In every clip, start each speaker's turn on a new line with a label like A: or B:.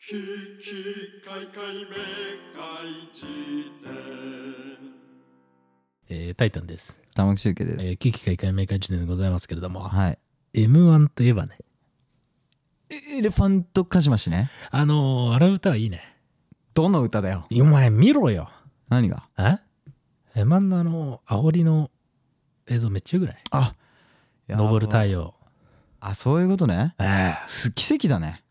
A: ききかいかいめかいじ典
B: えータイタンです。
C: 玉木周家です、
B: えー、危機開会明快時点でございますけれども、
C: はい
B: M1 といえばね、
C: エレファントカシマシね
B: あのー、あれ歌はいいね。
C: どの歌だよ
B: お前見ろよ。
C: 何が
B: え ?M1 のあの、煽りの映像めっちゃよくない
C: あ
B: 昇る
C: イ
B: 太陽。
C: あそういうことね
B: え
C: す奇跡だね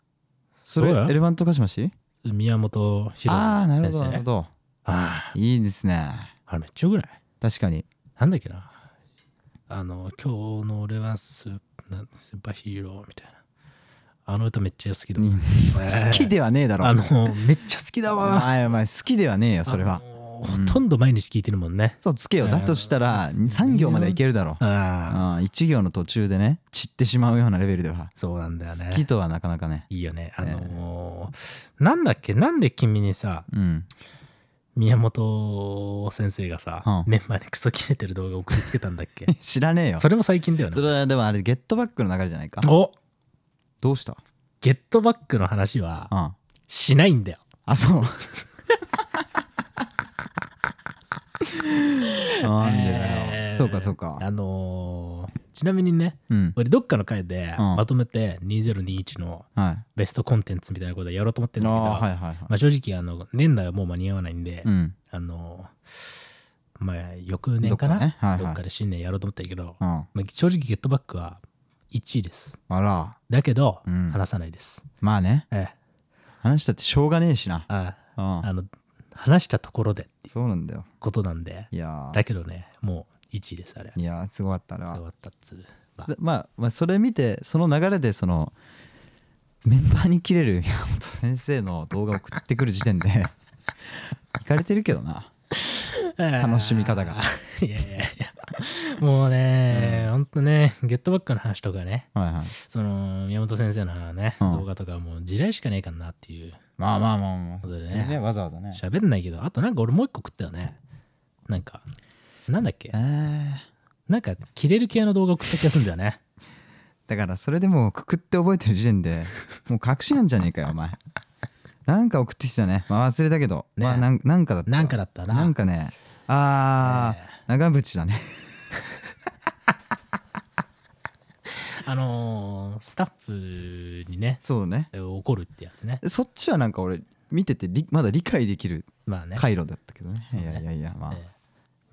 C: それ
B: そうだよ
C: エレファントカシマシ
B: え宮本浩次先生。
C: ああなるほどなるほど
B: あ
C: いいですね
B: あ、あれめっちゃよくない
C: 確かに
B: なんだっけな。あの、今日の俺はスーなんスーパーヒーローみたいな。あの歌めっちゃ好きだ。
C: うん
B: 好
C: 好きではねえだろ
B: あの、めっちゃ好きだ
C: お
B: わ。
C: 前お前好きではねえよそれは
B: あのー。ほとんど毎日聴いてるもんね。
C: そうつけよ
B: え
C: だ
B: ー
C: としたら
B: そうですね
C: 3行までいけるだろう
B: ああ、
C: あ1行の途中でね散ってしまうようなレベルでは
B: そうなんだよ
C: 好き
B: ね。
C: とはなかなかね
B: いいよね。あのーなんだっけ、なんで君にさ、
C: うん
B: 宮本先生がさ、
C: うん
B: メンバーにクソ切れてる動画送りつけたんだっ け
C: 知らねえよ
B: それも最近だよ
C: そ
B: ね。
C: れはでもあれゲットバックの流れじゃないか
B: お
C: どうした
B: ゲットバックの話は
C: あ
B: しないんだよ。
C: あそうなんでだ
B: えー
C: よそうかそうか
B: あのーちなみにね、
C: うん
B: 俺どっかの回で
C: うん
B: まとめて2021の
C: はい
B: ベストコンテンツみたいなことをやろうと思ってるんだけど、
C: あーはいはいはい
B: まあ、正直あの年内はもう間に合わないんで、
C: うん
B: あのまあ翌年か
C: ど
B: などっ
C: っかね
B: か,、
C: はいはい
B: で新年やろうと思ったけど、
C: う
B: ま
C: ん
B: あ、正直ゲットバックは1位です
C: あら
B: だけど、
C: うん
B: 話さないです
C: まあね
B: ええ
C: 話したってしょうがねえしな
B: あ
C: うん
B: あの話したところでって
C: そうなんだよ
B: ことなんで
C: いや
B: だ
C: ー
B: けどねもう1位ですあれ
C: いやーすごかったあれ
B: 終
C: は
B: わったっつうまあ
C: でまあまあそれ見てその流れでそのメンバーに切れる 山本先生の動画を送ってくる時点 でいかれてるけどな楽しみ方が
B: ええいやいやいやもうね、ほんとねゲットバックの話とかね
C: はいはい
B: その宮本先生のね、
C: うん
B: 動画とかもう地雷しかねえかなっていう
C: まあまあまあまあ
B: ことでね
C: わざわざね
B: 喋んないけどあとなんか俺もう一個食ったよねなんかなんだっけ
C: えー
B: なんか切れる系の動画送った気がするんだよね
C: だからそれでもうくくって覚えてる時点 でもう確信なんじゃねえかよお前なんか送ってきたねまあ忘れたけど、
B: ね
C: まあなんなんかだった
B: なんかだったな
C: なんかねあー、長渕だね
B: あのースタッフにね
C: そうね
B: 怒るってやつね
C: そっちはなんか俺見ててりまだ理解できる
B: まあね
C: 回路だったけどね
B: そう
C: い
B: ね
C: やいやいやまあ、
B: ええ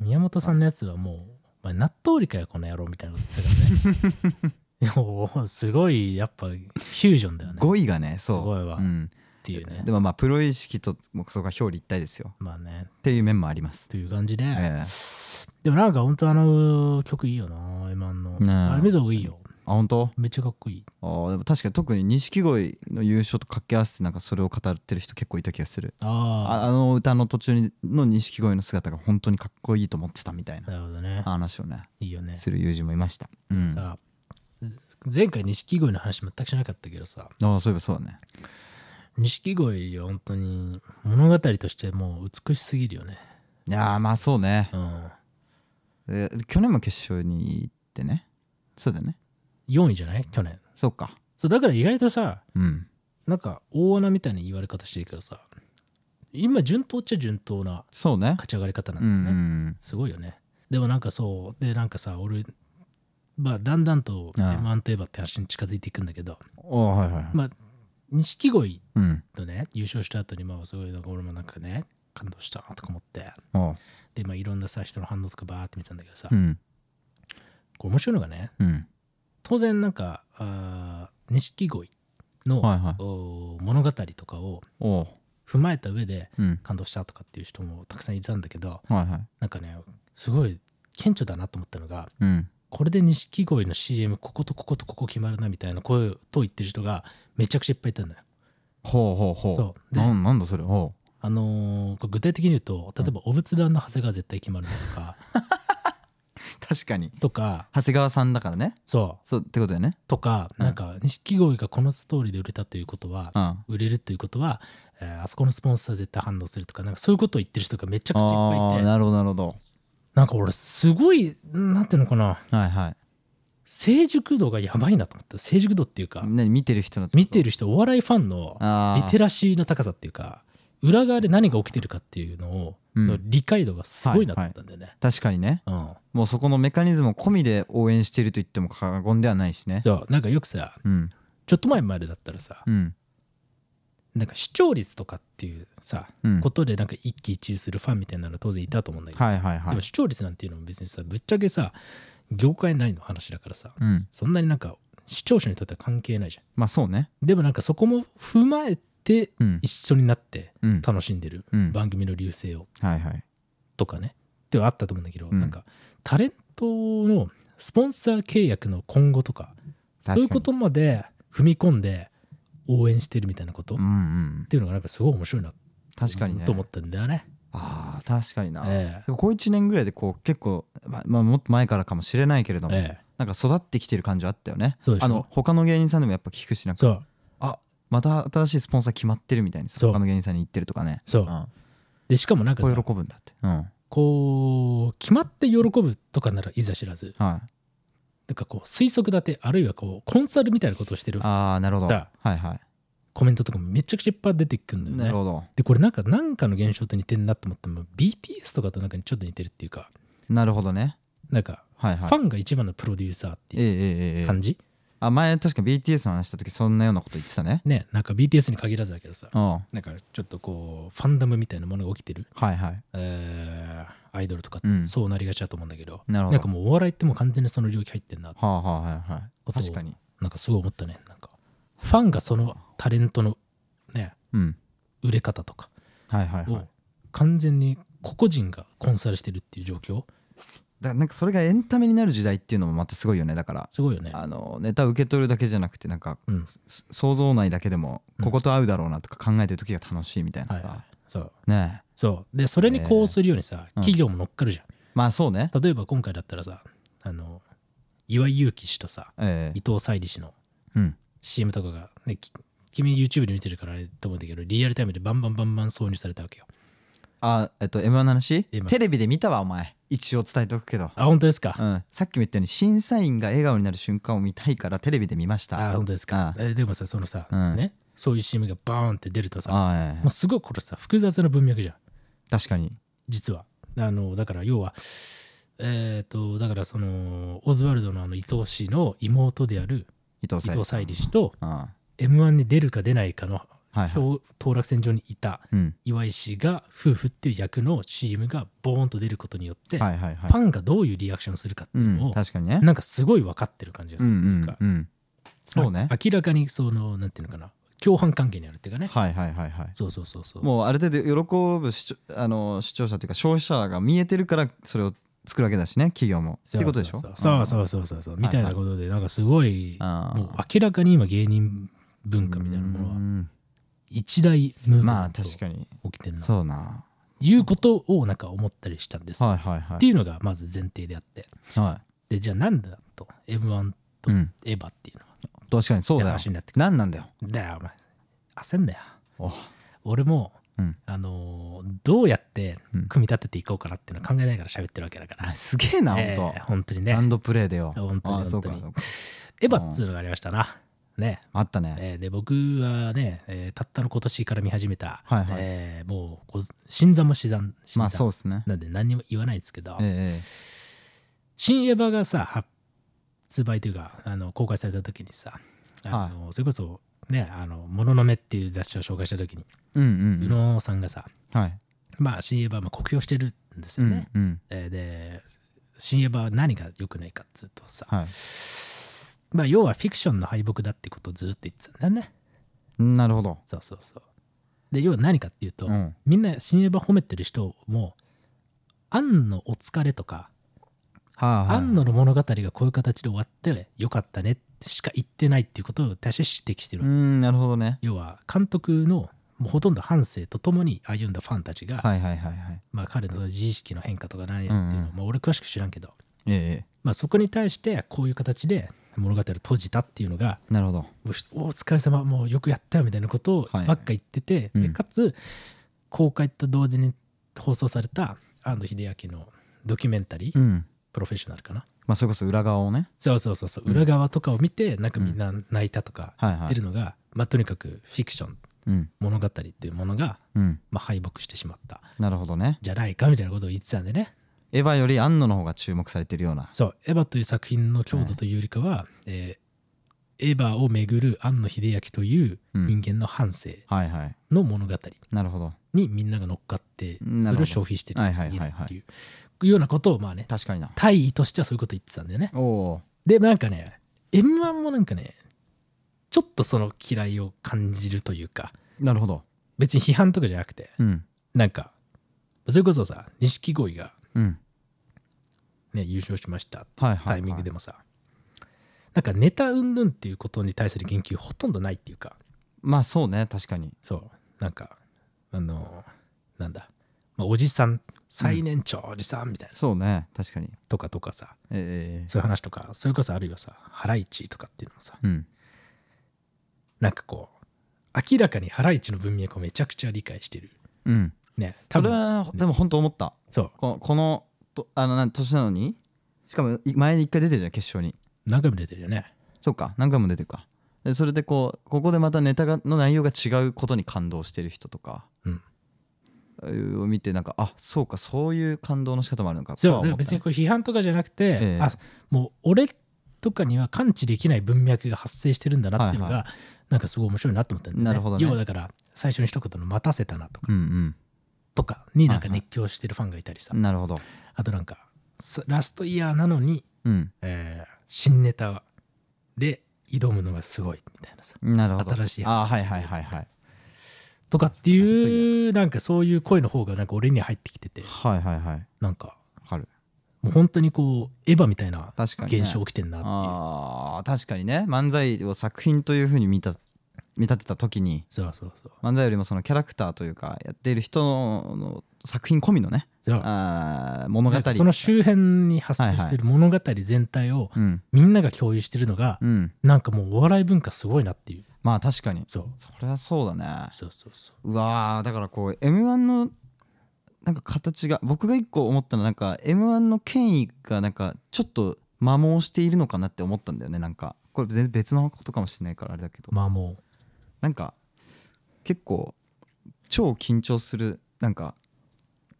B: 宮本さんのやつはもう「お前納豆売りかよこの野郎」みたいなこと言ってた からねでももうすごいやっぱフュージョンだよねっ
C: 語彙がねそう
B: すごいわ
C: うん、
B: ていうね
C: でもまあプロ意識と目標が表裏一体ですよ
B: まあね
C: っていう面もあります、
B: という感じで、
C: ええ
B: でもなんか本当あの曲いいよな M1 の、
C: ねえ
B: あれ見た方がいいよ
C: あ本当
B: めっちゃかっこいい
C: あーでも確かに特に錦鯉の優勝と掛け合わせてなんかそれを語ってる人結構いた気がする
B: あ
C: ああの歌の途中にの錦鯉の姿が本当にかっこいいと思ってたみたい
B: あ
C: な
B: なるほどね
C: 話をね
B: いいよね
C: する友人もいました、うん、あ
B: さ前回錦鯉の話全くしなかったけどさ
C: あそういえばそうだね
B: 錦鯉は本当に物語としてもう美しすぎるよね
C: いやーまあそうね
B: うん
C: で去年も決勝に行ってねそうだよね
B: 4位じゃない去年
C: そうか
B: そうだから意外とさ
C: うん
B: なんか大穴みたいな言われ方してるけどさ今順当っちゃ順当な
C: そうね
B: 勝ち上がり方な
C: うん
B: んだよね、
C: うん
B: すごいよねでもなんかそうでなんかさ俺まあだんだんと
C: うん
B: M1 といえばって話に近づいていくんだけど
C: おーはいはいはい、
B: まあ錦鯉
C: うん
B: とね優勝した後にまあそういうのが俺もなんかね感動したなとか思って
C: おう
B: でまあいろんなさ人の反応とかバーって見てたんだけどさ、
C: うん
B: これ面白いのがね
C: うん
B: 当然なんかあー錦鯉の、
C: はいはい
B: おー物語とかを
C: おう
B: 踏まえた上で
C: うん
B: 感動したとかっていう人もたくさんいたんだけど
C: はいはい
B: なんかねすごい顕著だなと思ったのが
C: うん
B: これで錦鯉の CM こことこことここ決まるなみたいな声と言ってる人がめちゃくちゃいっぱいいたんだよ。
C: ほうほうほう
B: そうで
C: なんなんだそれほう
B: あのーこれ具体的に言うと例えばお仏壇の長谷川絶対決まるなとか
C: 確かに
B: とか
C: 長谷川さんだからね
B: そ
C: そうってことだよね
B: うとか
C: うん
B: なんか錦鯉がこのストーリーで売れたということは
C: うん
B: 売れるということは、えーあそこのスポンサー絶対反応するとかなんかそういうことを言ってる人がめちゃくちゃいっぱいい
C: あ
B: て
C: ーなるほどなるほど
B: なんか俺すごいなんていうのかな
C: はいはい
B: 成熟度がやばいなと思った成熟度っていうか
C: 何見てる人の
B: 見て
C: る
B: る人お笑いファンのリ
C: ああ
B: テラシーの高さっていうか裏側で何が起きてるかっていうのを、
C: うん
B: の理解度がすごいなと思ったんだよね、
C: 確かにねもうそこのメカニズムを込みで応援していると言っても過言ではないし
B: うん
C: ね
B: そうなんかよくさ
C: うん
B: ちょっと前までだったらさ
C: うん
B: なんか視聴率とかっていうさ、
C: うん
B: ことでなんか一喜一憂するファンみたいなの当然いたと思うんだけど、
C: はいはいは
B: で
C: い
B: も視聴率なんていうのも別にさぶっちゃけさ業界内の話だからさ
C: うん
B: そんなになんか視聴者にとっては関係ないじゃ
C: まあそうね
B: んでもなんかそこも踏まえて
C: うん
B: 一緒になって
C: うん
B: 楽しんでる
C: うん
B: 番組の流星を
C: はいはい
B: とかねっていうのあったと思うんだけど、
C: うん
B: なんかタレントのスポンサー契約の今後とか
C: 確か
B: そう
C: に
B: いうことまで踏み込んで応援してるみたいなこと、
C: うん
B: っ
C: うん
B: ていうのがなんかすごい面白いな
C: 確かにね
B: と思ったんだよね。
C: あー確かにな
B: え
C: でもこう1年ぐらいでこう結構まあまあもっと前からかもしれないけれど
B: え
C: も
B: ええ
C: なんか育ってきてる感じあったよね
B: そうでしょ
C: あの他の芸人さんでもやっぱ聞くしなんか
B: そう
C: また新しいスポンサー決まってるみたいにさ
B: そう
C: 他の芸人さんに言ってるとかね
B: そう
C: う、ん
B: でしかもなんか
C: こ
B: さ
C: う喜ぶんだってうん
B: こう決まって喜ぶとかならいざ知らず
C: はい
B: なんかこう推測立てあるいはこうコンサルみたいなことをしてる
C: ああなるほど
B: さ
C: はいはい
B: コメントとかもめちゃくちゃいっぱい出てくるんだよね。
C: なるほど
B: でこれなんかなんかの現象と似てんなと思ったのが BTS とかとなんかにちょっと似てるっていうか
C: なるほどね
B: なんか
C: はい
B: フ
C: はい
B: ァンが一番のプロデューサーって
C: ええ
B: い
C: ええ
B: う
C: ええ
B: 感じ
C: あ前確か BTS の話した時そんなようなこと言ってたね
B: ねなんか BTS に限らずだけどさ
C: うんは
B: なんかちょっとこうファンダムみたいなものが起きてる
C: いはい
B: えーアイドルとかっ
C: う
B: て
C: ん
B: そうなりがちだと思うんだけど
C: なるほ
B: な
C: ど
B: んかもうお笑いってもう完全にその領域入ってんな
C: はあはあはいはい
B: ことを
C: 確かに
B: なんかすごい思ったねなんかファンがそのタレントのね
C: うん
B: 売れ方とか
C: はいはいはい
B: を完全に個々人がコンサルしてるっていう状況
C: だからなんかそれがエンタメになる時代っていうのもまたすごいよねだから
B: すごいよね
C: あのネタ受け取るだけじゃなくてなんか
B: うん
C: す想像内だけでも
B: うん
C: ここと合うだろうなとか考えてる時が楽しいみたい
B: は
C: ない
B: は
C: さ
B: いそう
C: ねえ
B: そうでそれにこうするようにさ、
C: うん
B: 企業も乗っかるじゃん、
C: まあそうね
B: 例えば今回だったらさあの岩井勇気氏とさ
C: ええ
B: 伊藤沙莉氏の
C: うん
B: CM とかが、ね、き君 YouTube で見てるからあれと思うんだけどリアルタイムでバンバンバンバン挿入されたわけよ
C: あえっと M1 の話
B: M1
C: テレビで見たわお前一応伝えておくけど
B: あ本当ですか、
C: うん、さっきも言ったように審査員が笑顔になる瞬間を見たいからテレビで見ました
B: あ本当ですか
C: あ
B: えでもさそのさ、
C: うん
B: ねそういう CM がバーンって出るとさ
C: あえ
B: もうすごいこれさ複雑な文脈じゃん
C: え確かに
B: 実はあのだから要はえっ、とだからそのオズワルドのあの伊藤氏の妹である
C: 伊藤
B: 伊
C: 沙莉
B: 藤沙莉氏と
C: うんはい
B: M1 に出るか出ないかの
C: はい
B: 当当落線上にいた
C: うん
B: 岩井氏が夫婦っていう役の CM がボーンと出ることによって、
C: はいはいはい
B: ファンがどういうリアクションするかって
C: う
B: いうの
C: ん
B: を、
C: 確かにね
B: なんかすごい分かってる感じが
C: う
B: する
C: ん
B: っていう
C: う
B: か
C: ん、うんそうね
B: あ明らかにそのなんていうのかな共犯関係にあるっていうかね、
C: はいはいはいはい
B: そうそうそうそう
C: もうある程度喜ぶ視聴あの視聴者というか消費者が見えてるからそれを作るわけだしね企業もって
B: そう
C: いうことでしょ
B: そうそうそうそうそうそうみたいなことでなんかすごい、
C: あー
B: もう明らかに今芸人文化みたいなものは
C: の
B: 一大ムーブメ
C: まあ
B: ント
C: 確かに
B: 起きてるなと
C: そうな
B: いうことをなんか思ったりしたんです、
C: はいはいは
B: って
C: い
B: いうのがまず前提であって
C: は
B: でじゃあなんだと M1
C: い
B: と
C: うん
B: エヴァっていうのは
C: 確かにそうだよ
B: 話になってくる
C: 何なんだよ
B: だよお前焦んなよ
C: お
B: 俺も、
C: うん
B: あのーどうやって
C: うん
B: 組み立てていこうかなっていうのを考えながら喋ってるわけだから、
C: すげえな
B: え
C: 本
B: ー本当に
C: 当
B: ね
C: ハンドプレーでよ
B: 本当に
C: あそうか
B: 本当
C: そうか
B: エヴァっつうのがありましたなね
C: あったね
B: えーで僕はね、えーたったの今年から見始めた、
C: はいはい
B: えーもうこう新参も死産新参、
C: まあそうですね
B: なんで何にも言わないですけど、
C: ええ
B: 新エヴァがさ発売というかあの公開された時にさあの、それこそね「あのもののめ」っていう雑誌を紹介した時に
C: うん
B: 宇
C: うんうん
B: 野さんがさ
C: はい
B: まあ新エヴァも酷評してるんです
C: う
B: よ
C: ん
B: ね、
C: うん
B: えーで新エヴァは何が良くないかっつうとさ、
C: は
B: まあ要はフィクションの敗北だってことをずっと言ってたんだよね
C: いなるほど
B: そうそうそうで要は何かっていうと、
C: うん
B: みんな新エヴァ褒めてる人もアンのお疲れとか
C: はいはい
B: 庵野の物語がこういう形で終わってよかったねってしか言ってないっていうことを私は指摘してる、
C: うんなるほどね
B: 要は監督のもうほとんど反省とともに歩んだファンたちが、
C: はいはいはいはい
B: まあ、彼のその自意識の変化とか何やっていうの
C: うん
B: は、まあ、俺詳しく知らんけど、
C: え
B: まあ、そこに対してこういう形で物語を閉じたっていうのが
C: えなるほど
B: もうお疲れ様もうよくやったよみたいなことをば
C: はい
B: っか言ってて、
C: うん
B: でかつ公開と同時に放送された安野秀明のドキュメンタリー、
C: うん
B: プロフェッショナルかな
C: まあそれこそ裏側をね
B: そうそうそうそう
C: うん
B: 裏側とかを見てなんか
C: うん
B: みんな泣いたとか
C: はいは
B: 出
C: い
B: るのが、まあ、とにかくフィクション
C: うん
B: 物語っていうものが、
C: うん
B: まあ、敗北してしまった
C: なるほどね
B: じゃないかみたいなことを言ってたんでね
C: エヴァより安野の方が注目されてるような
B: そう「エヴァ」という作品の強度というよりかは、えーエヴァをめぐる庵野秀明という
C: うん
B: 人間の半生
C: はいはい
B: の物語
C: なるほど
B: にみんなが乗っかってそ
C: なるほど
B: れを消費してる
C: はい
B: に
C: は
B: 過
C: い
B: ぎ
C: は
B: ないい
C: はい
B: っていうようなことをまあね
C: 確かにな
B: 大意としてはそういうこと言ってたんだよね
C: おお
B: でなんかね m 1もなんかねちょっとその嫌いを感じるというか
C: ーなるほど
B: 別に批判とかじゃなくて
C: うん
B: なんかそれこそさ錦鯉が
C: うん
B: ね優勝しました
C: はいはい、はい、
B: タイミングでもさ、なんかネタ云々っていうことに対する言及ほとんどないっていうか
C: まあそうね確かに
B: そうなんかあのなんだ、まあ、おじさん最年長おじさんみたいな
C: そうね確かに
B: とかとかさ
C: ええ
B: そういう話とかそれこそあるいはさハライチとかっていうのもさ
C: うん
B: なんかこう明らかにハライチの文脈をめちゃくちゃ理解してる
C: うん
B: ね多
C: それ
B: 分
C: はでも本当思った
B: そう
C: このこのとあのなん年なのにしかもい前に一回出てるじゃん決勝に
B: 何回も出てるよね
C: そうか何回も出てるかでそれでこうここでまたネタがの内容が違うことに感動してる人とか、
B: うん
C: ああいうを見てなんかあそうかそういう感動の仕方もあるのか
B: そう
C: とは
B: だから
C: 思ったね
B: 別にこれ批判とかじゃなくて、
C: ええ
B: あもう俺とかには感知できない文脈が発生してるんだなっていうのが、
C: は
B: なんかすごい面白いなと思ったんだよね
C: なるほどね
B: 要はだから最初の一言の「待たせたな」とか、
C: うん
B: とかになんか熱狂してるファンがいたりさ、
C: うんなるほど
B: あとなんかすラストイヤーなのに、
C: うん
B: えー新ネタで挑むのがすごいみたいなさ
C: なるほど
B: 新しい話
C: あはいはいはいはい
B: とかって
C: ラストイ
B: いうなんかそういう声の方がなんか俺には入ってきてて
C: はいはいはいわ
B: なんか
C: かる
B: もう本当にこうエヴァみたいな
C: 確かにね
B: 現象起きてんなっていう、
C: あー確かにね漫才を作品というふうに見た見立てた時に
B: そうそうそう
C: 漫才よりもそのキャラクターというかやっている人の作品込みのね
B: そう
C: あー物
B: なん
C: 語
B: かその周辺に発生してる物語全体を
C: うん
B: みんなが共有してるのが
C: うん
B: なんかもうお笑い文化すごいなっていう
C: まあ確かに
B: そう
C: そりゃそうだね
B: そうそうそう
C: うわーだからこう m 1のなんか形が僕が一個思ったのはなんか m 1の権威がなんかちょっと摩耗しているのかなって思ったんだよねなんかこれ全然別のことかもしれないからあれだけど、
B: まあも
C: なんか結構超緊張するなんか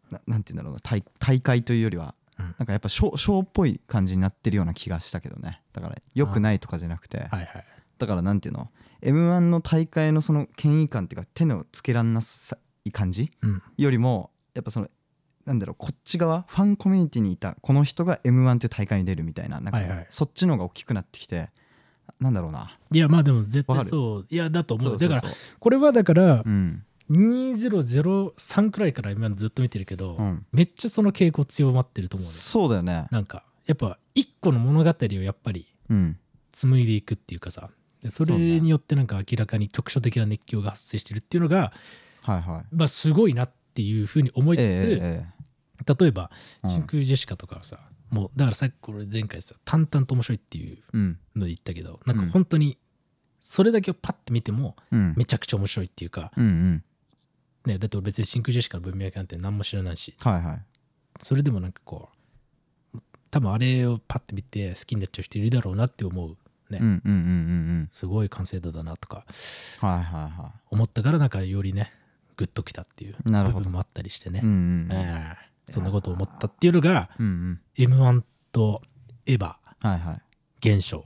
C: ななんて言うんだろうな大大会というよりは、
B: うん
C: なんかやっぱショーショーっぽい感じになってるような気がしたけどねだから良くないとかじゃなくて、
B: うはいはい
C: だからなんていうの m 1の大会のその権威感っていうか手のつけらんなさい感じ
B: うん
C: よりもやっぱそのなんだろうこっち側ファンコミュニティにいたこの人が m 1という大会に出るみたいななんか、
B: はいはい
C: そっちの方が大きくなってきてなんだろうない
B: やまあでも絶
C: わか
B: 対
C: る
B: そういやだと思う
C: そうそう
B: だ
C: そう
B: からこれはだから
C: うん
B: 2003くらいから今ずっと見てるけど、
C: うん
B: めっちゃその傾向強まってると思うね
C: そうだよね
B: なんかやっぱ一個の物語をやっぱり
C: うん
B: 紡いでいくっていうかさでそれ
C: そうね
B: によってなんか明らかに局所的な熱狂が発生してるっていうのが
C: はいはい
B: まあ、すごいなっていうふうに思いつつ、
C: え
B: 例えば
C: えええ
B: 真空ジェシカとかはさ、もうだからさっきこれ前回さ淡々と面白いっていう
C: うん
B: ので言ったけどなん
C: う
B: か
C: ん
B: 本当にそれだけをパッて見ても
C: うん
B: めちゃくちゃ面白いっていうか、
C: うんうん
B: ね、だって俺別に真空ジェシカの文脈なんて何も知らないし
C: はいはい
B: それでもなんかこう多分あれをパッて見て好きになっちゃう人いるだろうなって思うね、
C: うんうんうんうん
B: すごい完成度だなとか
C: うんはいはいは
B: 思ったからなんかよりねグッときたっていう
C: なる
B: 部
C: ほど
B: 分もあったりしてね
C: い、うんうんうん
B: ええそんなことを思ったっていうのが
C: うんうん
B: M1 とエヴァ
C: はいはい
B: 現象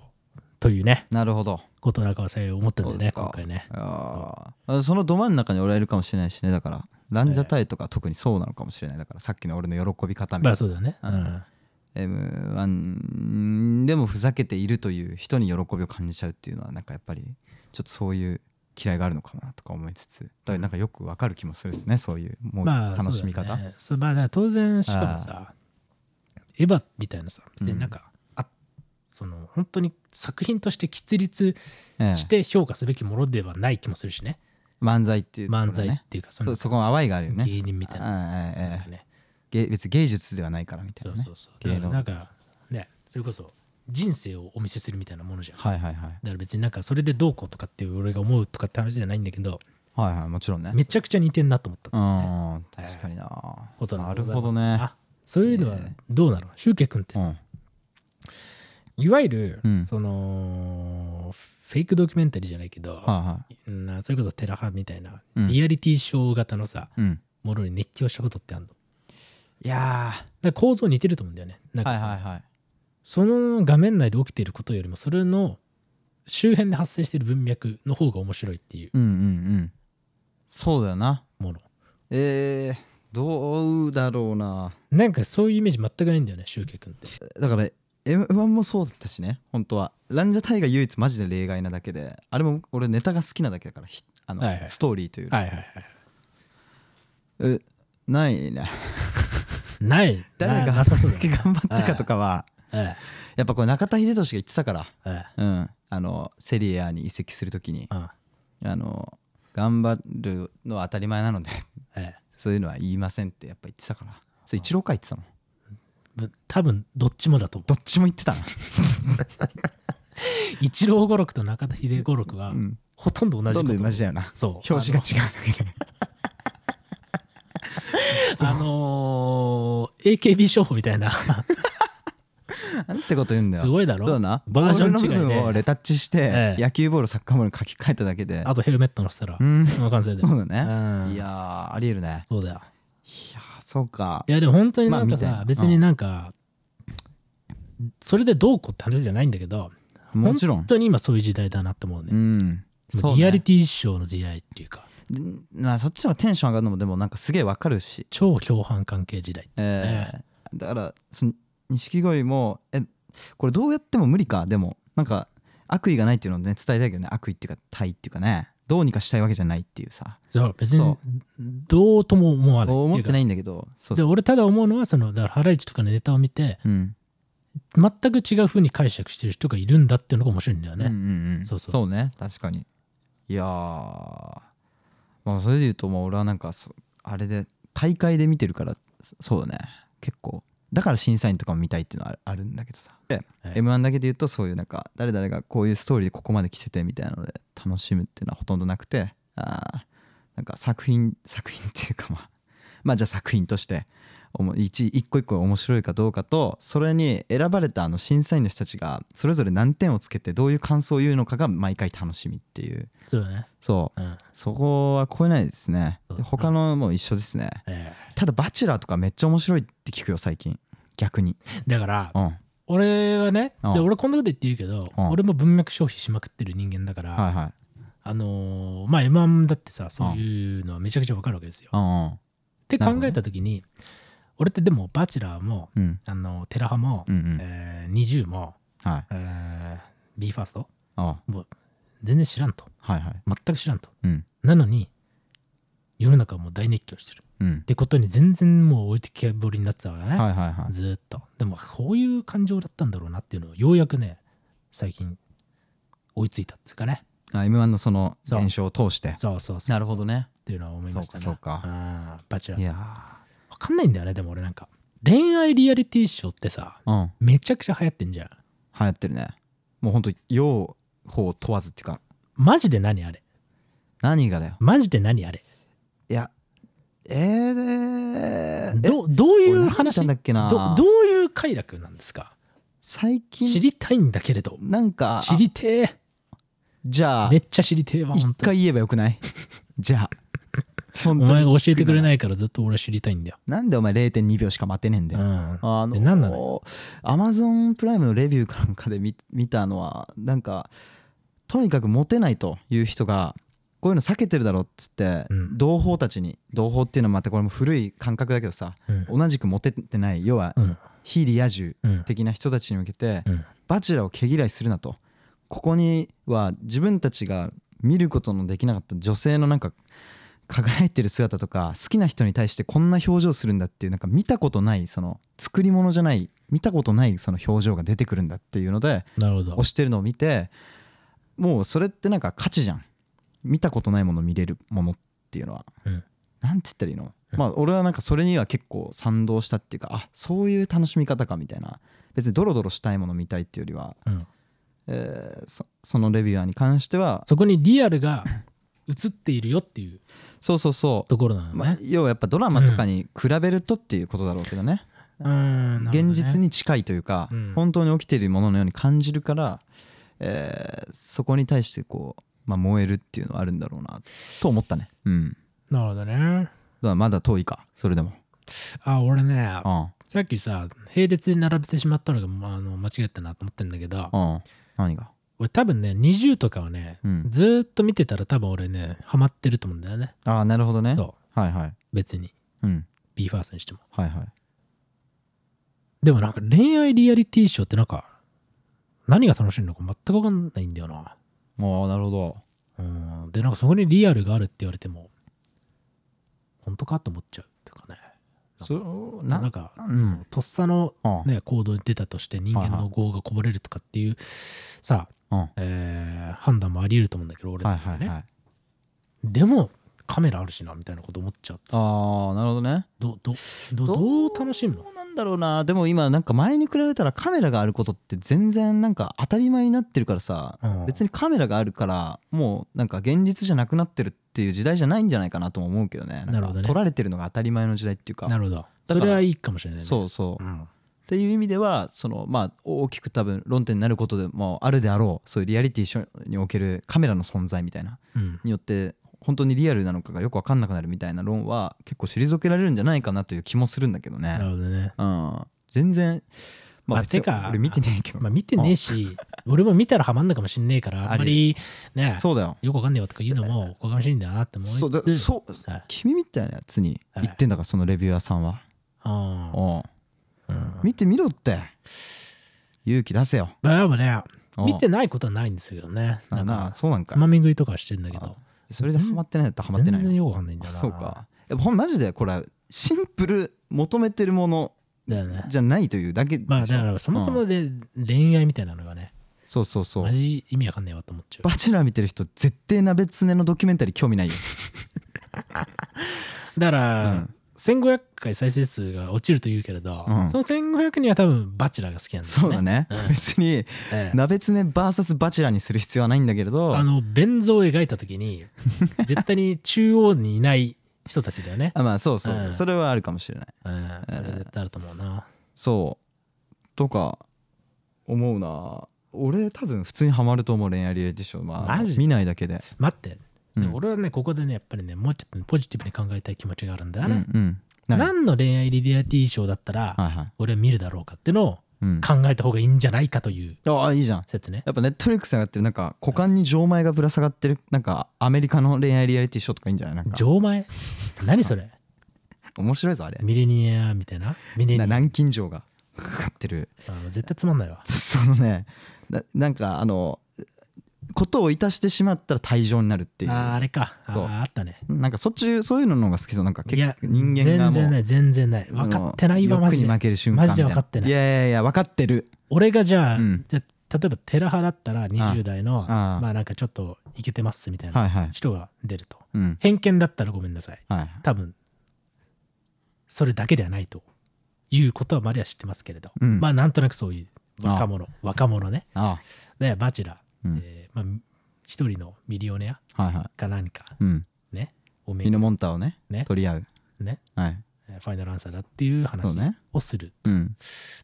B: というね、
C: なるほど
B: ことなんかはそう思ったんだよね、
C: そう
B: 今回
C: ですか
B: ね。
C: あーそのど真ん中におられるかもしれないしねだからランジャタイとか特にそうなのかもしれないだからさっきの俺の喜び方み
B: ま
C: た
B: あそう
C: いな
B: だよね。う。
C: うん M1 でもふざけているという人に喜びを感じちゃうっていうのはなんかやっぱりちょっとそういう嫌いがあるのかなとか思いつつだからなんかよくわかる気もするですねそういうもう
B: まあ、
C: 楽しみ方、
B: そうだねそうまあ、だから当然、しかもさ、エヴァみたいなさ、別になんか、あその、本当に作品として喫立
C: ええ
B: して評価すべきものではない気もするしね。
C: 漫才っていうところね
B: 漫才っていうか、そ
C: そ
B: の、
C: そこの淡いがあるよね
B: 芸人みたいな。
C: ああええ
B: なん
C: え
B: か
C: え
B: ね
C: 芸別に芸術ではないからみたい
B: そ
C: な
B: う
C: ね
B: そうそう。だか
C: 芸
B: ら
C: 能
B: なんか、ね、それこそ、人生をお見せするみたいなものじゃん。
C: はいはいは
B: だ
C: い
B: から別になんかそれでどうこうとかって俺が思うとかって話じゃないんだけど
C: はいはいもちろんね
B: めちゃくちゃ似てんなと思った
C: うん確かにな
B: こと
C: な
B: な
C: る
B: んで
C: ほ
B: ござ
C: ど
B: います
C: ね
B: あそういうのはどうなのシュウケ君って
C: う
B: さ
C: ん
B: いわゆる、
C: うん
B: そのフェイクドキュメンタリーじゃないけど、
C: は
B: なそれこそテラハみたいな、
C: うん
B: リアリティショー型のさ
C: いはい。うん。
B: ものに熱狂したことってあるのだか
C: いや
B: ら構造似てると思うんだよねなん
C: ー。
B: か
C: は
B: さ
C: いはいはい。
B: その画面内で起きていることよりもそれの周辺で発生している文脈の方が面白いっていう
C: うんうんうん。そうだよな。
B: もの
C: えー、どうだろうな。
B: なんかそういうイメージ全くないんだよねシュウケ君って
C: だから M1 もそうだったしね、本当は。ランジャタイが唯一マジで例外なだけで、あれも俺ネタが好きなだけだから、ひあの、
B: はいはい
C: ストーリーという、
B: はいはいはい
C: えないね。
B: ない
C: 誰が
B: ななさそうだね
C: 頑張ったかとかは、
B: え
C: やっぱこれ中田秀俊が言ってたから、
B: えええ
C: うん、あのセリエ A に移籍するときに、
B: あ
C: あの頑張るのは当たり前なので、
B: あえ
C: そういうのは言いませんってやっぱ言ってたから。それ一郎か言ってたの。
B: え多分どっちもだと思う
C: どっちも言ってたの。
B: 一郎語録と中田秀語録は、
C: うん
B: ほとんど同じ
C: ど
B: こ
C: ん
B: と
C: どん同じだよな。
B: そう
C: 表紙が違うだけで。
B: あのー AKB 商法みたいな
C: なんてこと言うんだよ。
B: すごいだろ
C: そうだな。
B: バージョン違いで
C: ボールの部分をレタッチし
B: え
C: て、
B: え
C: 野球ボール、サッカーボールに書き換えただけで。
B: あとヘルメット乗せたら、
C: うん。
B: もう完成で
C: そうだね。
B: うん
C: いやー、ありえるね。
B: そうだよ
C: いやー、そうか
B: い。やでも本当になんか
C: まあ
B: さ
C: 見て
B: 別になんかそれでどうこうって話じゃないんだけど
C: もちろ
B: 本
C: ん。
B: 当に今そういう時代だなと思う
C: う
B: ね
C: ん。そうね
B: リアリティショーの時代っていうか
C: んまあ、そっちの方がテンション上がるのも、でもなんかすげえわかるし。
B: 超共犯関係時代
C: えーだから、その、錦鯉も、え、これどうやっても無理か、でも、なんか、悪意がないっていうのをね、伝えたいけどね、悪意っていうか、対っていうかね、どうにかしたいわけじゃないっていうさ、
B: そう別に
C: そ
B: どうとも思わない
C: 思ってないいんだけど、そうう
B: で俺ただ思うのはそのだからハライチとかのネタを見て
C: うん。
B: 全く違う風に解釈してる人がいるんだっていうのが面白いんだよね、
C: うんうんうん、
B: そ
C: そうう
B: そ
C: そううね確かにいやーまあそれで言うともう俺はなんかそあれで大会で見てるからそそうだね結構だから審査員とかも見たいっていうのはあるあるんだけどさで、
B: はい
C: m 1だけで言うとそういうなんか誰々がこういうストーリーでここまで来ててみたいなので楽しむっていうのはほとんどなくてあーなんか作品作品っていうかまあまあじゃあ作品としておも一一個一個面白いかどうかとそれに選ばれたあの審査員の人たちがそれぞれ何点をつけてどういう感想を言うのかが毎回楽しみっていう
B: そうだね
C: そう
B: うん
C: そこは超えないですね
B: そうですね
C: 他のも一緒ですね
B: え
C: ただ「バチェラー」とかめっちゃ面白いって聞くよ最近逆に
B: えだから
C: うんはい
B: 俺はね
C: うん
B: で俺こんなこと言ってるけど
C: うん
B: 俺も文脈消費しまくってる人間だから、
C: はい
B: あのーまあ m 1だってさそういうのはめちゃくちゃわかるわけですよ。っ
C: うんうん
B: て考えた時に、俺ってでも「バチェラー」も
C: うん
B: 「あのテラハ」も
C: うんう
B: 「
C: ん
B: えー、20」も
C: はい
B: 「えー、BE:FIRST」
C: あ
B: もう全然知らんと
C: はいはい
B: 全く知らんと
C: うん
B: なのに世の中はもう大熱狂してるっ
C: うん
B: てことに全然もう置いてけぼりになってたわけね、
C: はいはいはい
B: ずーっとでもこういう感情だったんだろうなっていうのをようやくね最近追いついたっていうかね
C: あ m 1のその
B: そう
C: 現象を通して
B: そうそうそう
C: なるほどね
B: っていうのは思いましたね
C: そうかそうか
B: あーバチェラー
C: いや
B: わかんないんだよね、でも俺なんか。恋愛リアリティショーってさ、
C: ーうん
B: めちゃくちゃ流行ってんじゃん。
C: 流行ってるねもうほんと用法問わずっていうか
B: マジで何あれ
C: 何がだよ
B: マジで何あれ
C: いやえー、え
B: どどういう話
C: 俺何言ったんだっけな
B: どどういう快楽なんですか
C: 最
B: 知
C: 近
B: りたいんだけれど。
C: なんか
B: 知りてえ。
C: じゃあ
B: めっちゃ知りてえわ、本
C: 一
B: 当に。
C: 回言えばよくない じゃあ
B: お
C: 本当に
B: 前が教えてくれないからずっと俺は知りたいんだよ。
C: なんでお前0.2秒しか待てねえんだ
B: う
C: よ、
B: ん。
C: あの
B: で何なの
C: アマゾンプライムのレビューかなんかで見見たのはなんかとにかくモテないという人がこういうの避けてるだろうっつって、
B: うん
C: 同胞たちに同胞っていうのはまたこれも古い感覚だけどさ
B: うん。
C: 同じくモテてない要は
B: うん。
C: 非リア充
B: うん。
C: 的な人たちに向けて
B: うん
C: バチェラーを毛嫌いするなとここには自分たちが見ることのできなかった女性のなんか輝いてる姿とか好きな人に対してこんな表情するんだっていうなんか見たことないその作り物じゃない見たことないその表情が出てくるんだっていうので
B: なるほど
C: 推。してるのを見てもうそれってなんか価値じゃん見たことないもの見れるものっていうのは、
B: うん
C: なんて言ったらいいの、
B: うん
C: まあ俺はなんかそれには結構賛同したっていうかあそういう楽しみ方かみたいな別にドロドロしたいもの見たいっていうよりは、
B: うん
C: えーそそのレビュアーに関しては
B: そこにリアルが映っているよっていう
C: そうそうそう
B: ところなの
C: まあ
B: ね、。
C: 要はやっぱドラマとかに比べるとっていうことだろうけどね、
B: うんなるほどね
C: 現実に近いというか、
B: うん
C: 本当に起きているもののように感じるから、えーそこに対してこう、まあ、燃えるっていうのはあるんだろうなと思ったねうんだか
B: なるほどね
C: らまだ遠いかそれでも
B: あ俺ね
C: あ
B: さっきさ並列に並べてしまったのが、まあ、あの間違ったなと思ってんだけど
C: あああ何が
B: 俺多分ね20とかはね、
C: うん
B: ずーっと見てたら多分俺ねハマってると思うんだよね
C: ああなるほどね
B: そ
C: はいはいう
B: 別に
C: うん
B: b ファースにしても
C: はいはい
B: でもなんか恋愛リアリティショーってなんか何が楽しいのか全く分かんないんだよな
C: ああなるほど
B: うんでなんかそこにリアルがあるって言われても本当かと思っちゃうとかね
C: そ
B: な
C: なん
B: か、
C: うん
B: とっさの
C: あ
B: ね、行動に出たとして人間
C: はいは
B: の
C: い
B: 業がこぼれるとかっていうさ、
C: あうん
B: えー判断もあり得ると思うんだけど俺の
C: はい
B: 中で
C: はいはい
B: でもカメラあるしなみたいなこと思っちゃう
C: ああなるほどね
B: どどど
C: どう
B: どう楽しむの
C: そうなんだろうなでも今なんか前に比べたらカメラがあることって全然なんか当たり前になってるからさ、
B: うん
C: 別にカメラがあるからもうなんか現実じゃなくなってるっていう時代じゃないんじゃないかなとも思うけどねんか
B: なるほどね
C: 撮られてるのが当たり前の時代っていうか
B: なるほど
C: か
B: そ
C: ら
B: れはいいかもしれないね
C: そうそう、
B: う
C: っ
B: ん
C: ていう意味ではそのまあ大きく多分論点になることでもあるであろうそういうリアリティショーにおけるカメラの存在みたいな
B: うん
C: によって本当にリアルなのかがよく分かんなくなるみたいな論は結構退けられるんじゃないかなという気もするんだけどね。
B: なるほどね
C: うん、全然
B: まあ
C: 別に
B: てか
C: 俺見てねえけど、
B: まあ見てねえし俺も見たらハマんのかもしんねえからあんまりね
C: そうだよ
B: よくわかんねえわとか言うのもおこがましいんだなって思い
C: そうだ
B: つつ
C: そう
B: はい
C: 君みたいなやつに言ってんだからそのレビュアーさんは、
B: うん
C: おう
B: うん
C: 見てみろって勇気出せよ
B: まあでもね
C: おう
B: 見てないことはないんですけどねな
C: あ
B: ん
C: なあ
B: か
C: そうなんか
B: つまみ食いとかはしてんだけど
C: あそれでハマってないんだったらハマってない
B: 全然
C: の
B: よくわかんないんだよな
C: そうかやっぱほんマジでこれシンプル求めてるもの
B: だよね
C: じゃないというだけでしょ
B: まあだからそもそもで恋愛みたいなのがね
C: そうそうそう
B: マジ意味わかんねえわと思っちゃ
C: バチェラー見てる人絶対鍋つねのドキュメンタリー興味ない よ
B: うだから、
C: うん
B: 1500回再生数が落ちると言うけれど、
C: うん
B: その1500には多分バチェラーが好きなんだよね
C: そうだね別に
B: ええ
C: 鍋つね VS バチェラーにする必要はないんだけれど
B: あのベン図を描いた時に絶対に中央にいない人たちだよね、
C: あまあそうそう、
B: うん
C: それはあるかもしれない
B: うん、それ絶対あると思うな、
C: そうとか思うな俺多分普通にハマると思う恋愛リアリティショーまあ
B: マジで
C: 見ないだけで、
B: 待って、
C: うん
B: で俺はねここでねやっぱりねもうちょっとポジティブに考えたい気持ちがあるんだよ
C: うん
B: ね、
C: うん何
B: 何の恋愛リアリティショーだったら、
C: はいはい、
B: 俺は見るだろうかってのを
C: うん、
B: 考えた方がいいんじゃないかという
C: ああいいじゃん
B: 説ね、
C: やっぱネットフリックス上がってるなんか股間に錠前がぶら下がってるなんかアメリカの恋愛リアリティショーとかいいんじゃないなんか
B: 錠前何それ
C: 面白いぞあれ
B: ミレニアみたいなミレニ
C: な
B: ア
C: 南京錠がかかってる
B: うん絶対つまんないわ
C: そのねななんかあのことをいたしてしまったら退場になるっていう
B: あーあれかあ
C: そう
B: ーあったね
C: なんかそっちそういうのの方が好きそうなんか
B: い
C: 結
B: や
C: 構人間がもう
B: 全然ない全然ない分かってないわ
C: 欲
B: マジ
C: に負
B: で
C: ける瞬間みた
B: マ
C: い
B: ジで分かってない
C: いやいやいや分かってる
B: 俺がじゃあ、
C: うん
B: じゃあ例えば寺派だったら20代の
C: ああ
B: まあなんかちょっとイケてますみたい
C: は
B: ない
C: はい
B: 人が出ると、
C: うん
B: 偏見だったらごめんなさい
C: はい
B: 多分それだけではないということはマリは知ってますけれど、
C: うん
B: まあなんとなくそういう若者若者ね
C: あ
B: でバチェラ
C: う
B: ー、
C: ん
B: えーまあ、一人のミリオネア
C: はいはい
B: か何か
C: うん
B: ねおめ
C: ミ
B: え
C: ノモンタをね
B: ね
C: 取り合う
B: ね
C: はい
B: えーファイナルアンサーだっていう
C: そ
B: 話
C: うね
B: をする
C: うん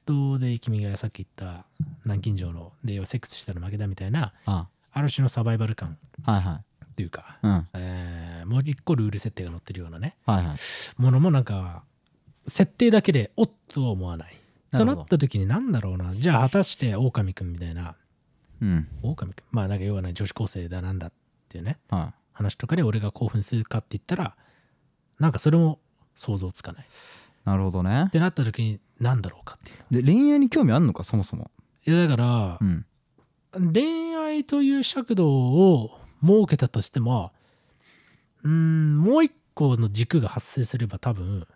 B: とで君がさっき言った南京錠のでセックスしたら負けだみたいな
C: あ
B: ある種のサバイバル感
C: はいはい
B: というか、
C: うんはい
B: えーもう一個ルール設定が載ってるようなね
C: はい
B: ものもなんか設定だけでおっとは思わない
C: なるほ
B: と
C: ど
B: なった時に何だろうなじゃあ果たして狼くんみたいな
C: うん
B: 狼くんまあなんか要はね女子高生だなんだっていうね
C: は
B: 話とかで俺が興奮するかって言ったらなんかそれも想像つかないっ
C: いなるほどね
B: てなった時に何だろうかっていう
C: で恋愛に興味あんのかそもそも
B: のいやだから
C: う、ん
B: 恋愛という尺度を設けたとしてもうーんもう一個の軸が発生すれば多分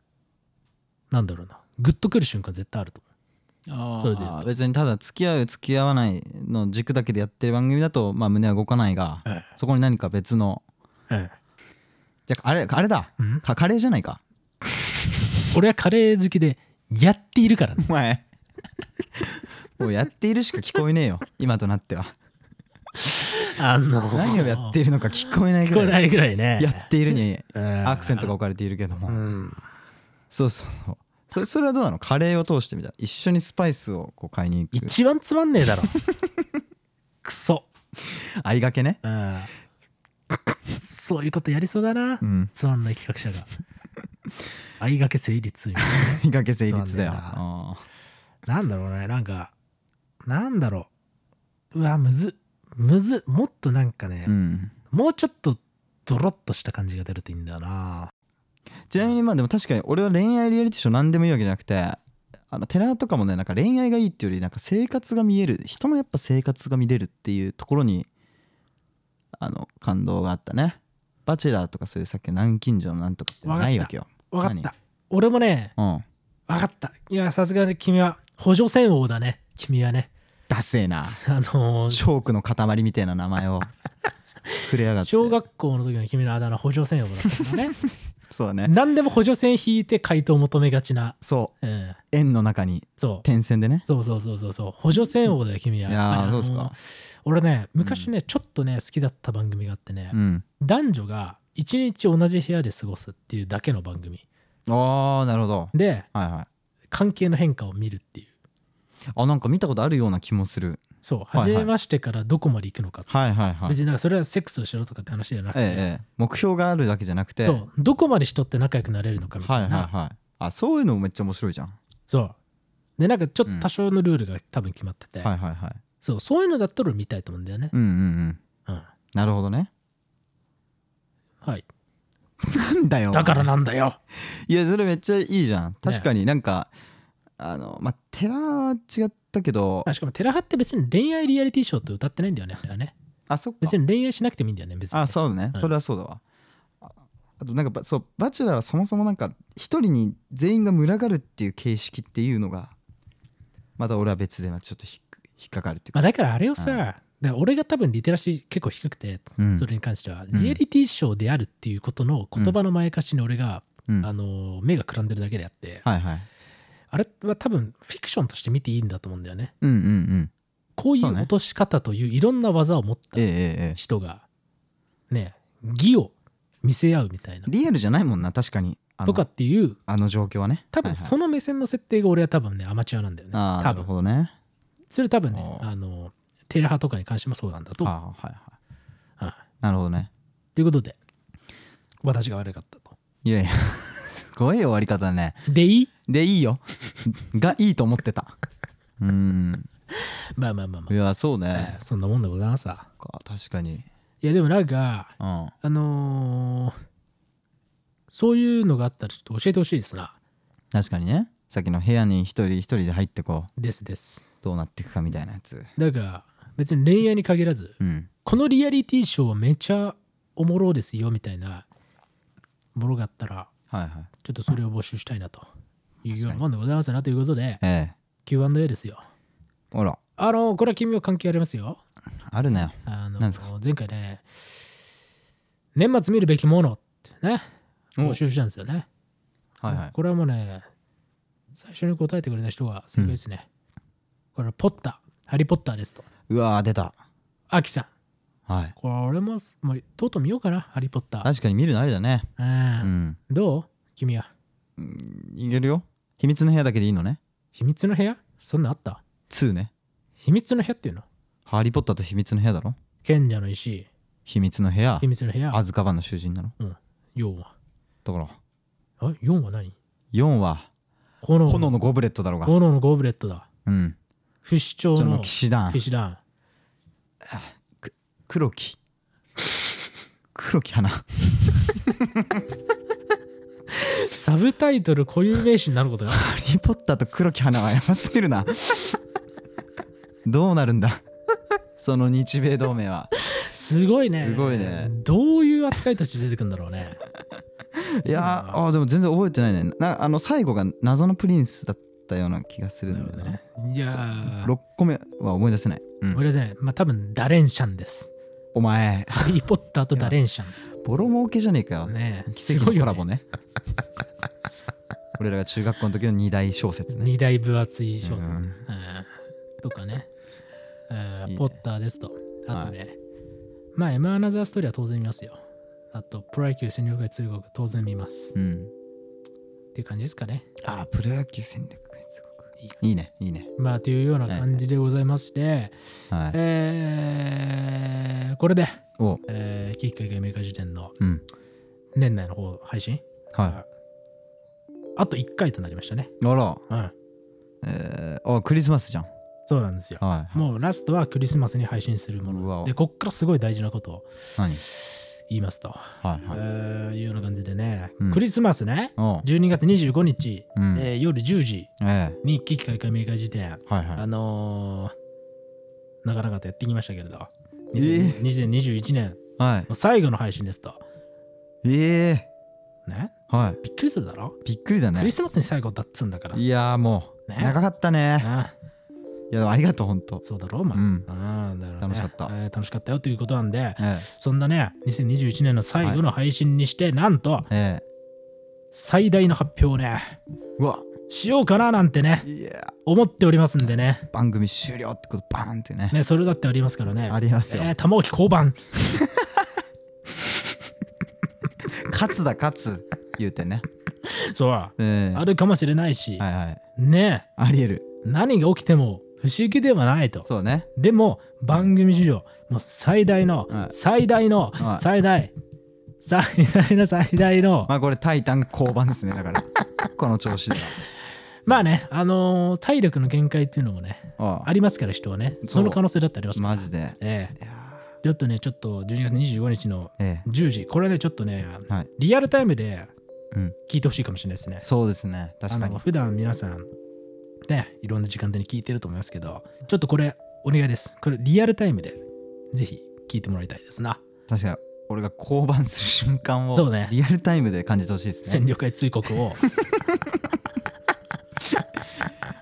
B: なんだろうなグッとくる瞬間絶対あると
C: あ
B: それで言う
C: あ
B: と
C: 別にただ付き合う付き合わないの軸だけでやってる番組だとまあ胸は動かないが
B: 思う、
C: そこに何か別のじゃああれあれだ
B: うん
C: かカレーじゃないか
B: 俺はカレー好きでやっているからね
C: お前もうやっているしか聞こえねえよ今となっては
B: あの
C: 何をやっているのか聞こえない
B: 聞
C: ぐ
B: こえ
C: ら
B: ないいぐらいね
C: やっているに
B: うん
C: アクセントが置かれているけど
B: う
C: も
B: ん
C: そうそうそうそれそれはどうなのカレーを通してみたい一緒にスパイスをこう買いに行く
B: 一番つまんねえ だろクソ
C: 相掛けね
B: うんそういうことやりそうだな、
C: うん
B: つまんない企画者が相掛け成立みたいなね
C: 相掛け成立だよ
B: そうなんだよなな
C: あ
B: んだろうね、なんか、なんだろう。うわ、むずっ、むずっ、もっとなんかね
C: ー、うん
B: もうちょっとドロッとした感じが出るといいんだよな。
C: ちなみにまあでも確かに俺は恋愛リアリティショー何でもいいわけじゃなくてあの寺とかもねなんか恋愛がいいっていうよりなんか生活が見える人のやっぱ生活が見れるっていうところにあの感動があったねバチェラーとかそういうさっきの南京錠のなんとかってのはないわけよ
B: わかっ
C: 何
B: た。俺もね、
C: うん
B: わかった。いや、さすがに君は補助戦王だね。君はね。
C: ダセえな
B: あの
C: チ
B: ー、
C: ョークの塊みたいな名前 をくれやがって
B: 小学校の時の君のあだ名補助戦王だったからね。
C: そうだね
B: 何でも補助線引いて回答を求めがちな。
C: そう
B: うん。
C: 円の中に
B: そう。
C: 点線でね
B: そうそうそうそうそう。補助戦王だよ、君
C: い
B: は。
C: やー
B: っぱりあ
C: そ
B: の
C: う
B: ー
C: ですか
B: 俺ね、昔ね、ちょっとね、好きだった番組があってね、
C: うん
B: 男女が一日同じ部屋で過ごすっていうだけの番組
C: ああなるほど
B: で
C: はいはい
B: 関係の変化を見るっていう
C: あなんか見たことあるような気もする
B: そう
C: いはい
B: 初めましてからどこまで行くのか、
C: はいはいはい
B: 別になんかそれはセックスをしろとかって話じゃなくて、
C: ええええ目標があるわけじゃなくて
B: そうどこまで人って仲良くなれるのかみた
C: はい
B: い
C: はい
B: な、
C: はいあそういうのもめっちゃ面白いじゃん
B: そうでなんかちょっ
C: うん
B: と多少のルールが多分決まってて、
C: はいはいはい
B: そうそういうのだったら見たいと思うんだよね、
C: うんうんうん
B: うん
C: なるほどね
B: はい、
C: なんだよ
B: だからなんだよ
C: いやそれめっちゃいいじゃん確かになんかあのまあ寺は違ったけど
B: あしかも寺派って別に恋愛リアリティショーって歌ってないんだよねあれはね
C: あそっか
B: 別に恋愛しなくてもいいんだよね別に
C: あそうだね
B: うん
C: それはそうだわああとなんかばそう「バチェラー」はそもそもなんか一人に全員が群がるっていう形式っていうのがまた俺は別でまあちょっと引っ引っかかるっていう
B: ま
C: か
B: あ、だからあれをさ、
C: うん
B: だから俺が多分リテラシー結構低くて、
C: うん
B: それに関しては、
C: ん
B: リアリティショーであるっていうことの言葉の前かしに俺が、
C: うん
B: あの目がくらんでるだけであって、
C: はいはい
B: あれは多分フィクションとして見ていいんだと思うんだよね。
C: うんうんうん
B: こういう
C: そうね
B: 落とし方といういろんな技を持っ
C: えええ
B: た
C: えええ
B: 人が、ね、義を見せ合うみたいな、
C: リアルじゃないもんな確かにあの
B: とかっていう、
C: あの状況はね
B: 多分そ
C: の
B: の目線の設定が俺は多分ね、アマチュアなんだよね。
C: ああな
B: 多
C: る
B: 分
C: ほどね
B: それ多分ね、
C: あー
B: あの、テレ派とかに関してもそうなんだと
C: は
B: 思う。
C: あはいはい
B: はい
C: なるほどね
B: ということで、私が悪かったと。
C: いやいや すごい終わり方ね
B: でいい
C: でいいよ がいいと思ってたうん
B: まあまあまあま
C: い
B: あ、
C: やそう
B: え
C: ね
B: ーそんなもんでございますわ
C: か確かに
B: いやでもなんか
C: うん
B: あのーそういうのがあったらちょっと教えてほしいですな
C: 確かにねさっきの部屋に一人一人で入ってこう
B: ですです
C: どうなっていくかみたいなやつ
B: だから別に恋愛に限らず
C: うん
B: このリアリティショーはめちゃおもろですよみたいなものがあったら
C: はいはい
B: ちょっとそれを募集したいなというようなもんでございますなということで
C: ええ
B: Q&A ですよ
C: ほら
B: あのーこれは君は関係ありますよ
C: あるなよ
B: あの
C: なんです
B: 前回ね年末見るべきものってね
C: お
B: 募集したんですよね
C: はいはい
B: これはもうね最初に答えてくれた人がすごいですね、これはポッターハリー・ポッターですと
C: うわー出た
B: アキさん
C: はい
B: これももうとうとう見ようかなハリー・ポッター、
C: 確かに見るのありだねう
B: うん
C: ん
B: どう君はい
C: けるよ秘密の部屋だけでいいのね
B: 秘密の部屋そんなんあった
C: 2ね
B: 秘密の部屋っていうの
C: ハリー・ポッターと秘密の部屋だろ
B: 賢者の石
C: 秘密の部屋
B: 秘密の部屋
C: アズカバンの囚人なの
B: うん、4は
C: だから
B: あ4は何
C: 4は
B: 炎の
C: 炎のゴブレットだろうが
B: 炎のゴブレットだ
C: うん
B: 不死
C: そ
B: 鳥
C: の
B: の
C: 騎士団
B: 騎士団
C: 黒木黒木花
B: サブタイトル固有名詞になることが
C: ハリー・ポッターと黒木花はやばすぎるなどうなるんだその日米同盟は
B: すごいね
C: すごいね
B: どういう扱いとして出てくるんだろうね
C: いやーあーでも全然覚えてないねなあの最後が謎のプリンスだったような気がするんだよ
B: なる
C: ね
B: いやー
C: 6個目は思い出せない、うん
B: ごめんなさいまあ多分ダレンシャンです
C: お前
B: ハリー・ポッターとダレンシャン
C: ボロ儲けじゃねえかよ、
B: ね
C: 奇
B: すごい
C: 跡のコ
B: よ
C: ラボ
B: ね
C: ね俺らが中学校の時の二大小説ね
B: 二大分厚い小説
C: うん
B: うんとかねうん
C: いいね
B: ポッターですとあとねまあエマ・アナザー・ストーリーは当然見ますよあとプロ野球戦力外通告当然見ます
C: うん
B: っっていう感じですかね。
C: あープロ野球戦略がすごく
B: いい
C: いいねいいね
B: まあというような感じでございまして、
C: はい
B: えーこれで、
C: お
B: えー、キッカイメーカー時点の
C: うん
B: 年内の方配信、
C: は
B: あと1回となりましたね。
C: いあら
B: うん、
C: えー、あクリスマスじゃん
B: そうなんですよ。
C: はい
B: もうラストはクリスマスに配信するも
C: う
B: の
C: わ
B: で、こっからすごい大事なことを
C: 何
B: 言いますと、
C: はい
B: え
C: はい
B: ーいうような感じでね、
C: うん
B: クリスマスね、
C: おう
B: 12月25日、
C: うん
B: えー夜10時
C: え
B: にキッカイメーカー時点、
C: えはいは
B: あ
C: い
B: のーなかなかとやってきましたけれど、
C: え
B: 2000 2021年
C: はい
B: の最後の配信ですと、
C: ええ
B: ね、
C: はい
B: びっくりするだろ
C: びっくりだ
B: ク
C: ね
B: リスマスに最後だっつうんだから。
C: いやーもう
B: ね
C: 長かったね
B: ああ
C: いやありがとうほんと
B: そうだろう、まあ。
C: うん
B: ああなるほどね
C: 楽しかった
B: えー楽しかったよということなんで、
C: え
B: そんなね、2021年の最後の配信にして、なんと、
C: ええ
B: 最大の発表をね、
C: えうわ
B: しようかななんてね、
C: いや
B: 思っておりますんでね。
C: ー番組終了ってことバーンってね
B: ね、それだってありますからね。
C: ありますよ
B: えー玉置交番。
C: 勝つだ勝つ言うてね
B: そう、
C: ええ
B: あるかもしれないし、
C: はいはい
B: ね、
C: ありえる
B: 何が起きても不思議ではないと。
C: そうね
B: でも、番組史上、もう最大の
C: は、い
B: 最大の
C: は、い
B: 最大、最大の最大の、
C: まあこれタイタン降板ですねだから この調子で
B: まあね、あのー体力の限界っていうのもね、
C: はあ
B: ありますから、人はね、
C: そう
B: その可能性だってありますから。
C: マジで
B: ええ
C: いや
B: ちょっとね、ちょっと12月25日の
C: ーええ
B: 10時、これね、ちょっとね、
C: はい
B: リアルタイムで
C: うん
B: 聞いてほしいかもしれないですね。
C: そうですね確か
B: あの
C: に
B: 普段皆さん、ね、いろんな時間帯に聞いてると思いますけど、ちょっとこれ、お願いです。これ、リアルタイムで、ぜひ聞いてもらいたいですな。
C: 確かに俺が降板する瞬間を
B: そうね
C: リアルタイムで感じてほしいです
B: 戦
C: ね
B: 力外追告 を。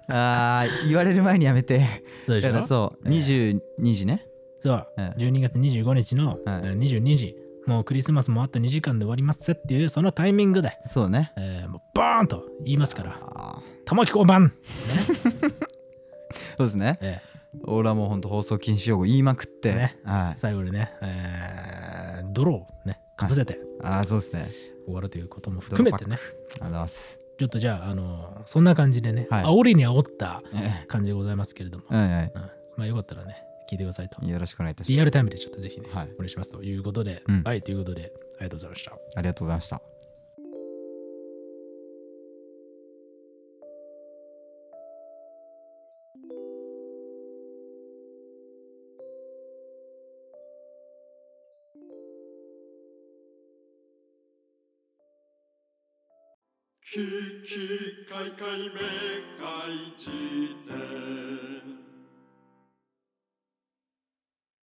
C: ああ言われる前にやめて
B: そうでし
C: だから
B: ょ
C: そう
B: ええ
C: 22時ね
B: そう、
C: ええ
B: 12月25日のえ
C: はい
B: ー22時、もうクリスマスもあと2時間で終わりますっていう、そのタイミングで、
C: そうね
B: えーもうバーンと言いますから、
C: あ
B: 玉木交 番、ね
C: ーそうですね
B: え
C: 俺はもうほんと放送禁止用語言いまくって
B: ね
C: は
B: ー
C: い
B: 最後にね、えー、泥をね、かぶせて
C: ああそうですね
B: 終わるということも含めてね、
C: ありがとうございます
B: ちょっとじゃあ、あのーそんな感じでね、
C: はい
B: 煽りに煽った
C: え
B: 感じでございますけれども、
C: えはい
B: うんまあよかったらね、聞いてくださいと
C: は。いよろしくお願いいたし
B: リアルタイムでちょっとぜひね、
C: はい
B: お願いしますということで、
C: うん
B: はい、ということで、ありがとうございました。
C: ますありがとうございました
A: キキカイカイメカイ辞典